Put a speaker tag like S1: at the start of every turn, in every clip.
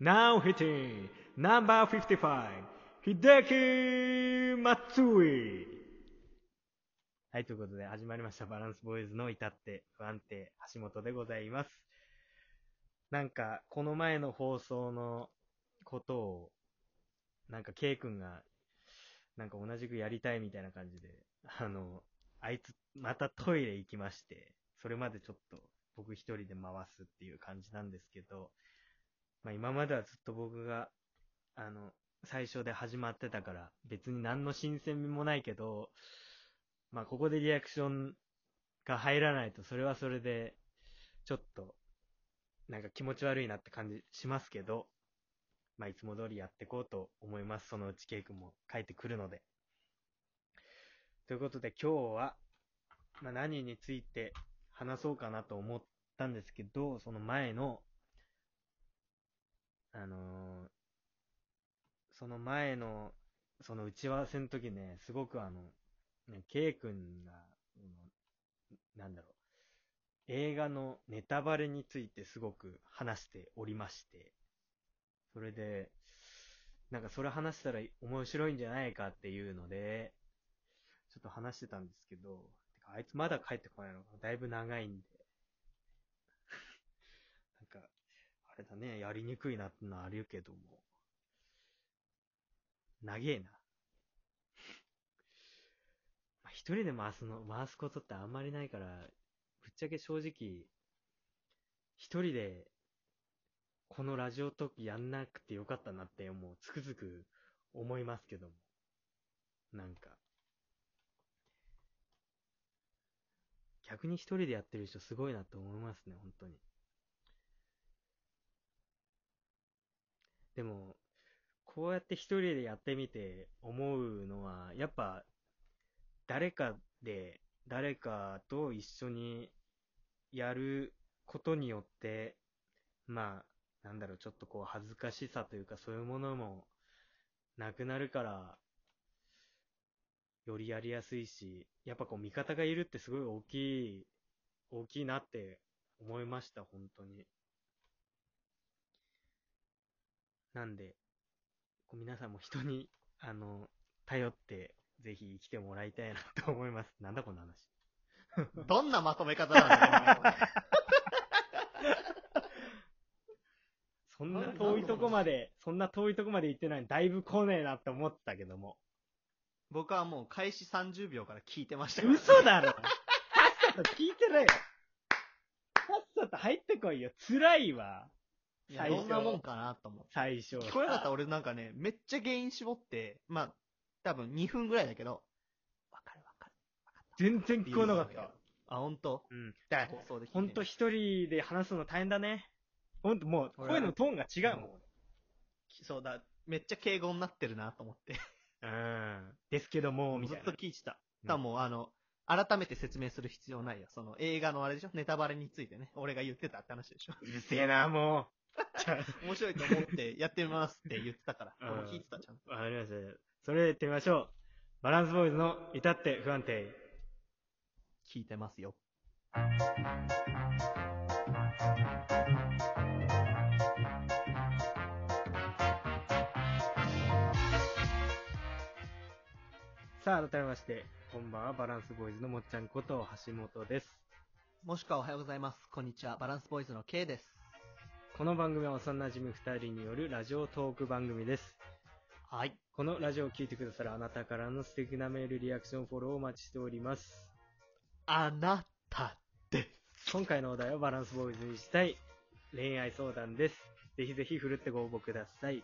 S1: Now hitting number 55, Hideki Matsui. はい、ということで始まりました。バランスボーイズの至って不安定、橋本でございます。なんか、この前の放送のことを、なんか K 君が、なんか同じくやりたいみたいな感じで、あの、あいつ、またトイレ行きまして、それまでちょっと僕一人で回すっていう感じなんですけど、まあ、今まではずっと僕が、あの、最初で始まってたから、別に何の新鮮味もないけど、まあ、ここでリアクションが入らないと、それはそれで、ちょっと、なんか気持ち悪いなって感じしますけど、まあ、いつも通りやっていこうと思います。そのうちケイ君も帰ってくるので。ということで今日は、まあ、何について話そうかなと思ったんですけど、その前の、あのーその前の、その打ち合わせの時ね、すごくあの、ね K 君が、うんなんだろう、映画のネタバレについてすごく話しておりまして、それで、なんかそれ話したら面白いんじゃないかっていうので、ちょっと話してたんですけど、てかあいつまだ帰ってこないのかなだいぶ長いんで。 なんか、あれだね、やりにくいなってのはあるけども。長えな。 まあ一人で回すの、回すことってあんまりないから、ぶっちゃけ正直、一人で、このラジオトークやんなくてよかったなって、もうつくづく思いますけども。なんか。逆に一人でやってる人すごいなって思いますね、本当に。でも、こうやって一人でやってみて思うのは、やっぱ、誰かで、誰かと一緒にやることによって、まあ、なんだろう、ちょっとこう恥ずかしさというかそういうものもなくなるから、よりやりやすいし、やっぱこう味方がいるってすごい大きい、大きいなって思いました、本当に。なんで、こう皆さんも人に、あの、頼って、ぜひ来てもらいたいなと思います。 なんだこの話。
S2: どんなまとめ方なんだろう
S1: そんな遠いとこまで、そんな遠いとこまで行ってないのだいぶ来ねえなって思ったけど も。
S2: 僕はもう開始30秒から聞いてましたから
S1: 嘘だろさっさと聞いてろよさっさと入ってこいよ。辛いわ。
S2: いや
S1: 最
S2: ど
S1: 初
S2: んなもんかなと思って。
S1: 最初。
S2: 聞こえなかったら俺なんかね、めっちゃ原因絞って、まあ、多分2分ぐらいだけど、わかるわかる。
S1: 全然聞こえなかっ
S2: いいよ
S1: た。
S2: あ、ほんと
S1: うん。
S2: だ
S1: から
S2: 放送で聞いて
S1: ほんと一人で話すの大変だね。ほんともう、
S2: 俺は
S1: 声のトーンが違うもん。
S2: そうだ、めっちゃ敬語になってるなと思って。
S1: うん。ですけど も、み
S2: ず
S1: たい
S2: っ
S1: な。
S2: と聞いてた。ただもうあの、改めて説明する必要ないよ。その映画のあれでしょネタバレについてね。俺が言ってたって話でしょ。
S1: うるせえな、もう。じゃ
S2: 面白いと思 ってやってみますって言ってたから。
S1: うん
S2: 俺も聞いてたちゃん と。
S1: あわかりました。それで行ってみましょう。バランスボーイズの至って不安定。
S2: 聞いてますよ。
S1: さあ、改めまして、こんばんは、バランスボーイズのもっちゃんこと橋本です。
S2: もしくはおはようございます。こんにちは。バランスボーイズの K です。
S1: この番組は幼馴染2人によるラジオトーク番組です。
S2: はい。
S1: このラジオを聴いてくださるあなたからの素敵なメール、リアクション、フォローをお待ちしております。
S2: あなたです。
S1: 今回のお題はバランスボーイズにしたい恋愛相談です。ぜひぜひ振るってご応募ください。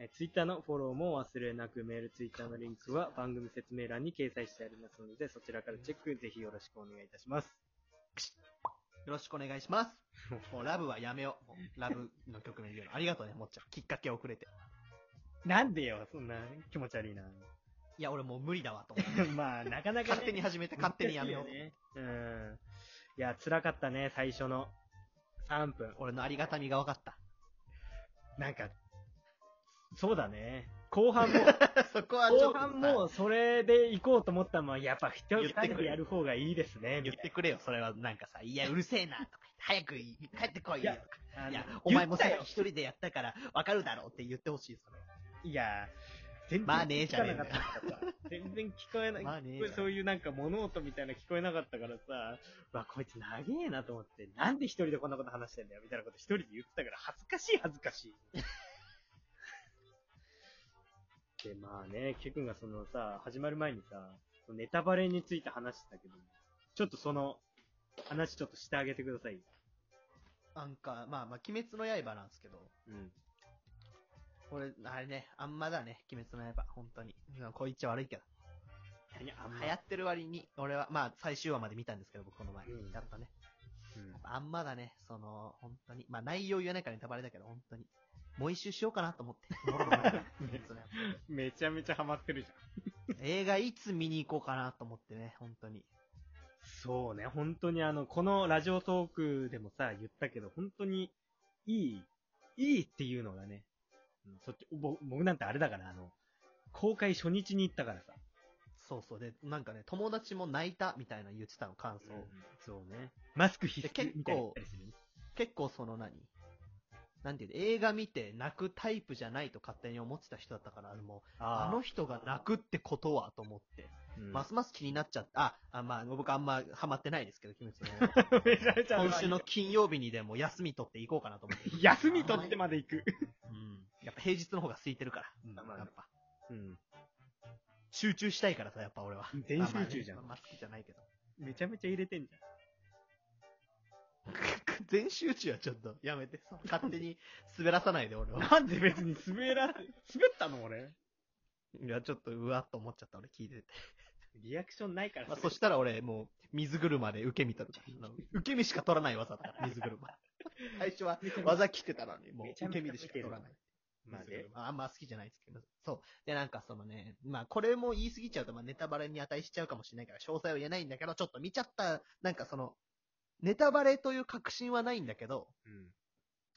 S1: え、ツイッターのフォローもお忘れなく、メール、ツイッターのリンクは番組説明欄に掲載してありますので、そちらからチェックぜひよろしくお願いいたします。
S2: よろしくお願いします。もうラブはやめよう。もうラブの曲名言うの。ありがとうね、もっちゃん。きっかけ遅れて。
S1: なんでよ、そんな気持ち悪いな。
S2: いや、俺もう無理だわ、と思っ て。
S1: まあ、なかなか、ね、
S2: 勝手に始めて、勝手にやめよう。
S1: 難しいね。うん。いや、辛かったね、最初の3分。
S2: 俺のありがたみが分かった。
S1: なんか、そうだね。後半も、
S2: そこはち
S1: 後
S2: ょっとさ。
S1: 半もそれで行こうと思ったのは、やっぱ一人
S2: 言ってくれ
S1: 二人でやる方がいいですね、
S2: 言ってくれよ、それはなんかさ、いや、うるせえな、とか言って、早くいい帰ってこいよ、
S1: いや
S2: とか
S1: ああの
S2: いや、お前もさ
S1: 言
S2: っ
S1: っ
S2: き一人でやったから、わかるだろうって言ってほしいですね。
S1: たよいや、全然
S2: まあね
S1: 聞かなか
S2: じゃ
S1: っ
S2: ね
S1: たからさ。全然聞こえない。
S2: まあね
S1: これそういうなんか物音みたいな聞こえなかったからさ、うわ、こいつ長えなと思って、なんで一人でこんなこと話してんだよ、みたいなこと一人で言ってたから、恥ずかしい恥ずかしい。 で、まあね、ケ君がそのさ、始まる前にさ、ネタバレについて話してたけど、ちょっとその、話ちょっとしてあげてください。
S2: なんか、まあまあ、鬼滅の刃なんですけど、
S1: うん。
S2: これ、あれね、あんまだね、鬼滅の刃、本当に。うんこう言っちゃ悪いけど。
S1: 何あんま
S2: 流行ってる割に、俺は、まあ、最終話まで見たんですけど、僕この前。
S1: うん
S2: やっぱね。
S1: うん
S2: あんまだね、その、本当に。まあ、内容言わないからネタバレだけど、本当に。もう一周しようかなと思って。鬼滅の刃
S1: めちゃめちゃハマってるじゃん。
S2: 映画いつ見に行こうかなと思ってね、本当に。
S1: そうね、本当にあの、このラジオトークでもさ、言ったけど、本当に、いい、いいっていうのがね、うんそっち、ぼ僕なんてあれだから、あの、公開初日に行ったからさ。
S2: そうそう。で、なんかね、友達も泣いたみたいなの言ってたの、感想。
S1: そうね。マスク必
S2: で
S1: 須
S2: 結構
S1: みたいなの言ったりするね
S2: 結構その何なんていうの映画見て泣くタイプじゃないと勝手に思ってた人だったから、もう、あの人が泣くってことはと思って、
S1: うん
S2: ますます気になっちゃって、あ、あまあ、僕あんまハマってないですけど、鬼滅 の刃
S1: めちゃめちゃ
S2: 今週の金曜日にでも休み取っていこうかなと思って。
S1: 休み取ってまで行く。
S2: うん。やっぱ平日の方が空いてるから。うん、
S1: まあね
S2: やっぱ。
S1: うん。
S2: 集中したいからさ、やっぱ俺は。
S1: 全集中じゃん
S2: まあまあねまあ好きじゃないけど。
S1: めちゃめちゃ入れてんじ
S2: 全集中はちょっとやめて。勝手に滑らさないで、俺
S1: ゃん。
S2: は。
S1: なんで別に滑ら、滑ったの俺。
S2: いや、ちょっとうわっと思っちゃった、俺聞いてて。
S1: リアクションないから
S2: まあ、そしたら俺、もう、水車で受け身取るから。あの受け身しか取らない技だから、水 車。最初は技切ってたのに、もう
S1: めちゃ
S2: 受
S1: めち
S2: け
S1: ゃ
S2: 身でしか取らない。
S1: まあ
S2: 水
S1: ね
S2: 車。あんま好きじゃないですけど。そう。で、なんかそのね、まあ、これも言い過ぎちゃうと、まあ、ネタバレに値しちゃうかもしれないから、詳細は言えないんだけど、ちょっと見ちゃった、なんかその、ネタバレという確信はないんだけど、
S1: うん。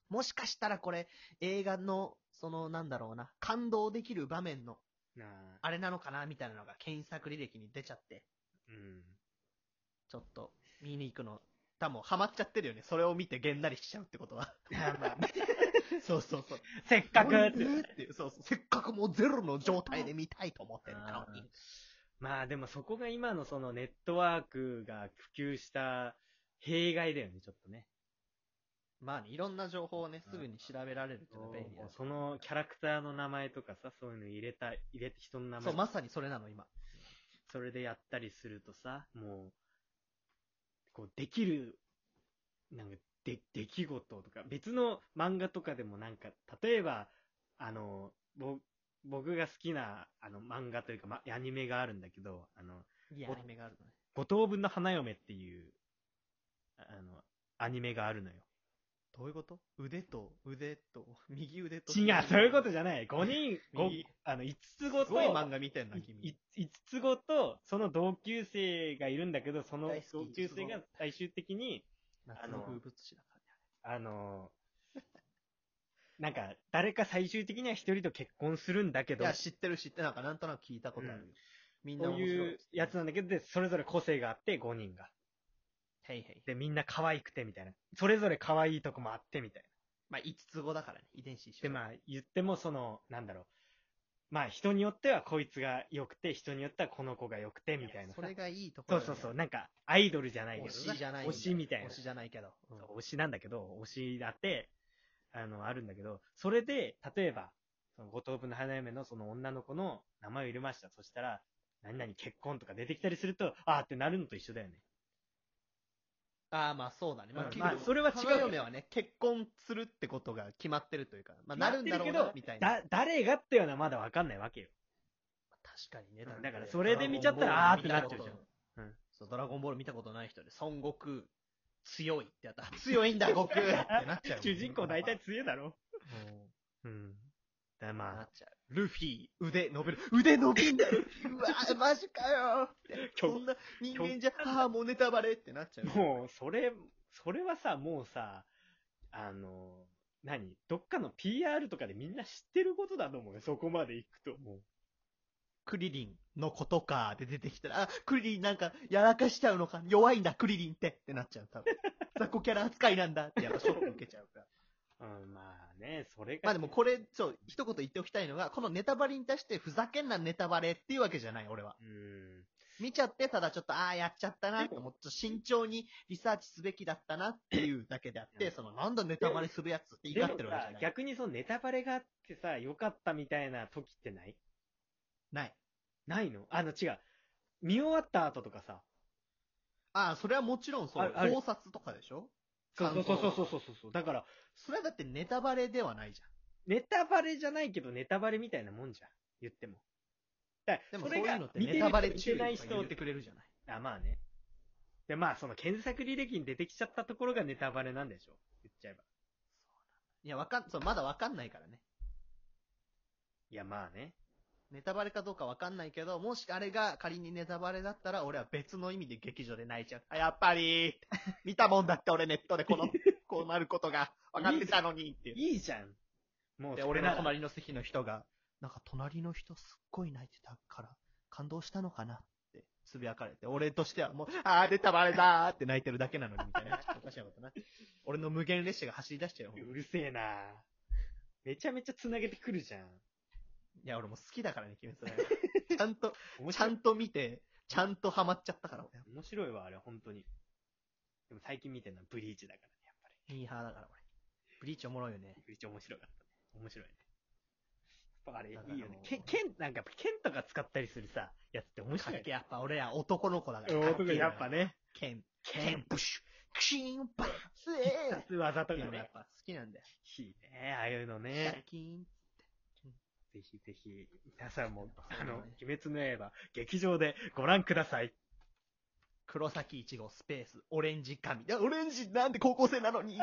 S2: もしかしたらこれ、映画の、その、なんだろうな、感動できる場面の、
S1: なあ。
S2: あれなのかな、みたいなのが検索履歴に出ちゃって、
S1: うん。
S2: ちょっと、見に行くの、多分ハマっちゃってるよね。それを見てげんなりしちゃうってことは。 そうそうそう。
S1: せっかく
S2: え
S1: っ
S2: って
S1: て。
S2: いうそうそう。せっかくもうゼロの状態で見たいと思ってるのに。
S1: まあでもそこが今のそのネットワークが普及した弊害だよね、ちょっとね。
S2: まあね、いろんな情報をね、すぐに調べられるっていうのは便利だね
S1: そのキャラクターの名前とかさ、そういうの入れた、入れて人の名
S2: そ
S1: 前
S2: う、まさにそれなの、今。
S1: それでやったりするとさ、もう、こうできる、なんか、で、出来事とか、別の漫画とかでもなんか、例えば、あの、ぼ、僕が好きな、あの、漫画というか、ま、アニメがあるんだけど、あの、
S2: いいアニメがあるのね。
S1: 五等分の花嫁っていう、ああの、アニメがあるのよ。
S2: どういうこと腕と、腕と、右腕と。
S1: 違う、そういうことじゃない。5人、ご
S2: 右、
S1: あの、5つ子
S2: すごい漫
S1: と、
S2: 画見てんな、君。
S1: い5つ子と、その同級生がいるんだけど、その
S2: 大好き
S1: 同級生が最終的に、
S2: 夏の風物詩だからね。
S1: あの、なんか、誰か最終的には一人と結婚するんだけ
S2: い
S1: ど、
S2: や、知ってる知ってる、なんかなんとなく聞いたことあるよ。
S1: うん
S2: みんな
S1: そう
S2: 面白い
S1: いうやつなんだけど、で、それぞれ個性があって、5人が。
S2: へいへい。
S1: で、みんな可愛くて、みたいな。それぞれ可愛いとこもあって、みたいな。
S2: まあ、五つ子だからね、遺伝子一緒。
S1: で、まあ、言っても、その、なんだろう。まあ、人によってはこいつが良くて、人によってはこの子が良くて、みたいなさ。
S2: それがいいとこ
S1: そ
S2: ろ
S1: う
S2: だ
S1: そ
S2: よ
S1: う
S2: ね
S1: そう。なんか、アイドルじゃないけど
S2: 推しじゃないん
S1: 推
S2: だよ。
S1: しみたいな。
S2: 推しじゃないけど。うん
S1: 推しなんだけど、推しだって、あの、あるんだけど、それで、例えば、その、五等分の花嫁のその女の子の名前を入れました。そしたら、何々結婚とか出てきたりすると、あーってなるのと一緒だよね。
S2: ああ、まあそうだね。
S1: うん
S2: 結
S1: まあ
S2: 局
S1: それは違うよ
S2: 花嫁はね、結婚するってことが決まってるというか、まあなるんだろう
S1: な
S2: な
S1: っ、て
S2: み
S1: る
S2: た
S1: け
S2: い
S1: ど
S2: な。
S1: だ、誰がっていうのはまだわかんないわけよ。
S2: 確かにね。
S1: だからそれで見ちゃったらあーってなっちゃうじゃんうん
S2: そう、ドラゴンボール見たことない人で、孫悟空、強いってやったら、強いんだ、悟空ってなっちゃう もんね。
S1: 主人公大体強いだろ。う
S2: うん
S1: ん。だからまあ、
S2: なっちゃう。ルフィ、腕伸びる。腕伸びんだようわぁ、マジかよって
S1: 極
S2: そんな人間じゃ、ああ、もうネタバレってなっちゃう。
S1: もう、それ、それはさ、もうさ、あの、何どっかの PR とかでみんな知ってることだと思うよ。そこまで行くと。もう
S2: クリリンのことかって出てきたら、あ、クリリンなんかやらかしちゃう のか、弱いんだ、クリリンってってなっちゃう、多分。雑魚キャラ扱いなんだってやっぱショック受けちゃうから。
S1: あね、それが。
S2: まあでもこれ、そう、一言言っておきたいのが、このネタバレに対してふざけんなネタバレっていうわけじゃない、俺は。
S1: うん。
S2: 見ちゃって、ただちょっと、ああ、やっちゃったな、もっと慎重にリサーチすべきだったなっていうだけであっ
S1: う
S2: て、
S1: ん
S2: その、なんだネタバレするやつって
S1: で
S2: 怒
S1: も
S2: ってるわけじゃ
S1: さ
S2: ない。
S1: 逆にそのネタバレがあってさ、良かったみたいな時ってない
S2: ない。
S1: ないのあの、違う。見終わった後とかさ。
S2: ああ、それはもちろんそ
S1: あ
S2: う、
S1: ある
S2: 考察とかでしょ
S1: そうそうそう
S2: 感想
S1: そうそうそうそう。だから、
S2: それはだってネタバレではないじ
S1: ネタバレじゃないけど、ネタバレみたいなもんじゃん。言っても。だか
S2: ゃ
S1: ら
S2: ん。でもそういうのって
S1: 見て
S2: ネタバレ
S1: る人
S2: 注意
S1: 見てない
S2: とか言
S1: 人
S2: ってくれるじゃない。
S1: あ、まあね。で、まあ、その検索履歴に出てきちゃったところがネタバレなんでしょ言っちゃえば。
S2: いや、わかん、そう、まだわかんないからね。
S1: いや、まあね。
S2: ネタバレかどうかわかんないけど、もしあれが仮にネタバレだったら、俺は別の意味で劇場で泣いちゃう。あ、やっぱり見たもんだって俺ネットでこ の、こうなることが分かってたのにっていう。
S1: いいじゃん。もう
S2: で、
S1: それ
S2: 俺
S1: な
S2: の
S1: ら
S2: 隣の席の人が、なんか隣の人すっごい泣いてたから、感動したのかなってつぶやかれて、俺としてはもう、あー、ネタバレだーって泣いてるだけなのにみたいな。ちょっとおかしなことな。俺の無限列車が走り出しちゃうよ。
S1: うるせえなめちゃめちゃ繋げてくるじゃん。
S2: いや、俺もう好きだからね、鬼滅の刃。 ちゃんと、
S1: 面
S2: ちゃ
S1: 白い
S2: んと見て、ちゃんとハマっちゃったから、俺。
S1: 面白いわ、あれ、本当に。でも最近見てるのはブリーチだからね、やっぱり。
S2: ミーハーだから俺。ブリーチおもろいよね。
S1: ブリーチ面白かったね。面白いね。やっぱあれ、いい
S2: だから
S1: よね
S2: も。う
S1: 剣、剣、なんか、剣とか使ったりするさ、やつって面
S2: か
S1: 白
S2: っ
S1: い、ね。
S2: けえやっぱ俺ら男の子だから。
S1: 男やっぱ
S2: ね。
S1: ね、
S2: 剣、
S1: 剣、
S2: ブシュ、クシーン、バン、ス
S1: 必
S2: エーっ
S1: 殺技とか
S2: ていうのがや
S1: ね
S2: っ。ぱ好きなんだよ。
S1: いいね、ああいうの
S2: シ
S1: ね
S2: ャ。キーン。
S1: ぜひぜひ、皆さんも、あの
S2: そうね、
S1: 鬼滅の刃、劇場でご覧ください。
S2: 黒崎一号スペース、オレンジ髪。いやオレンジなんで高校生なのに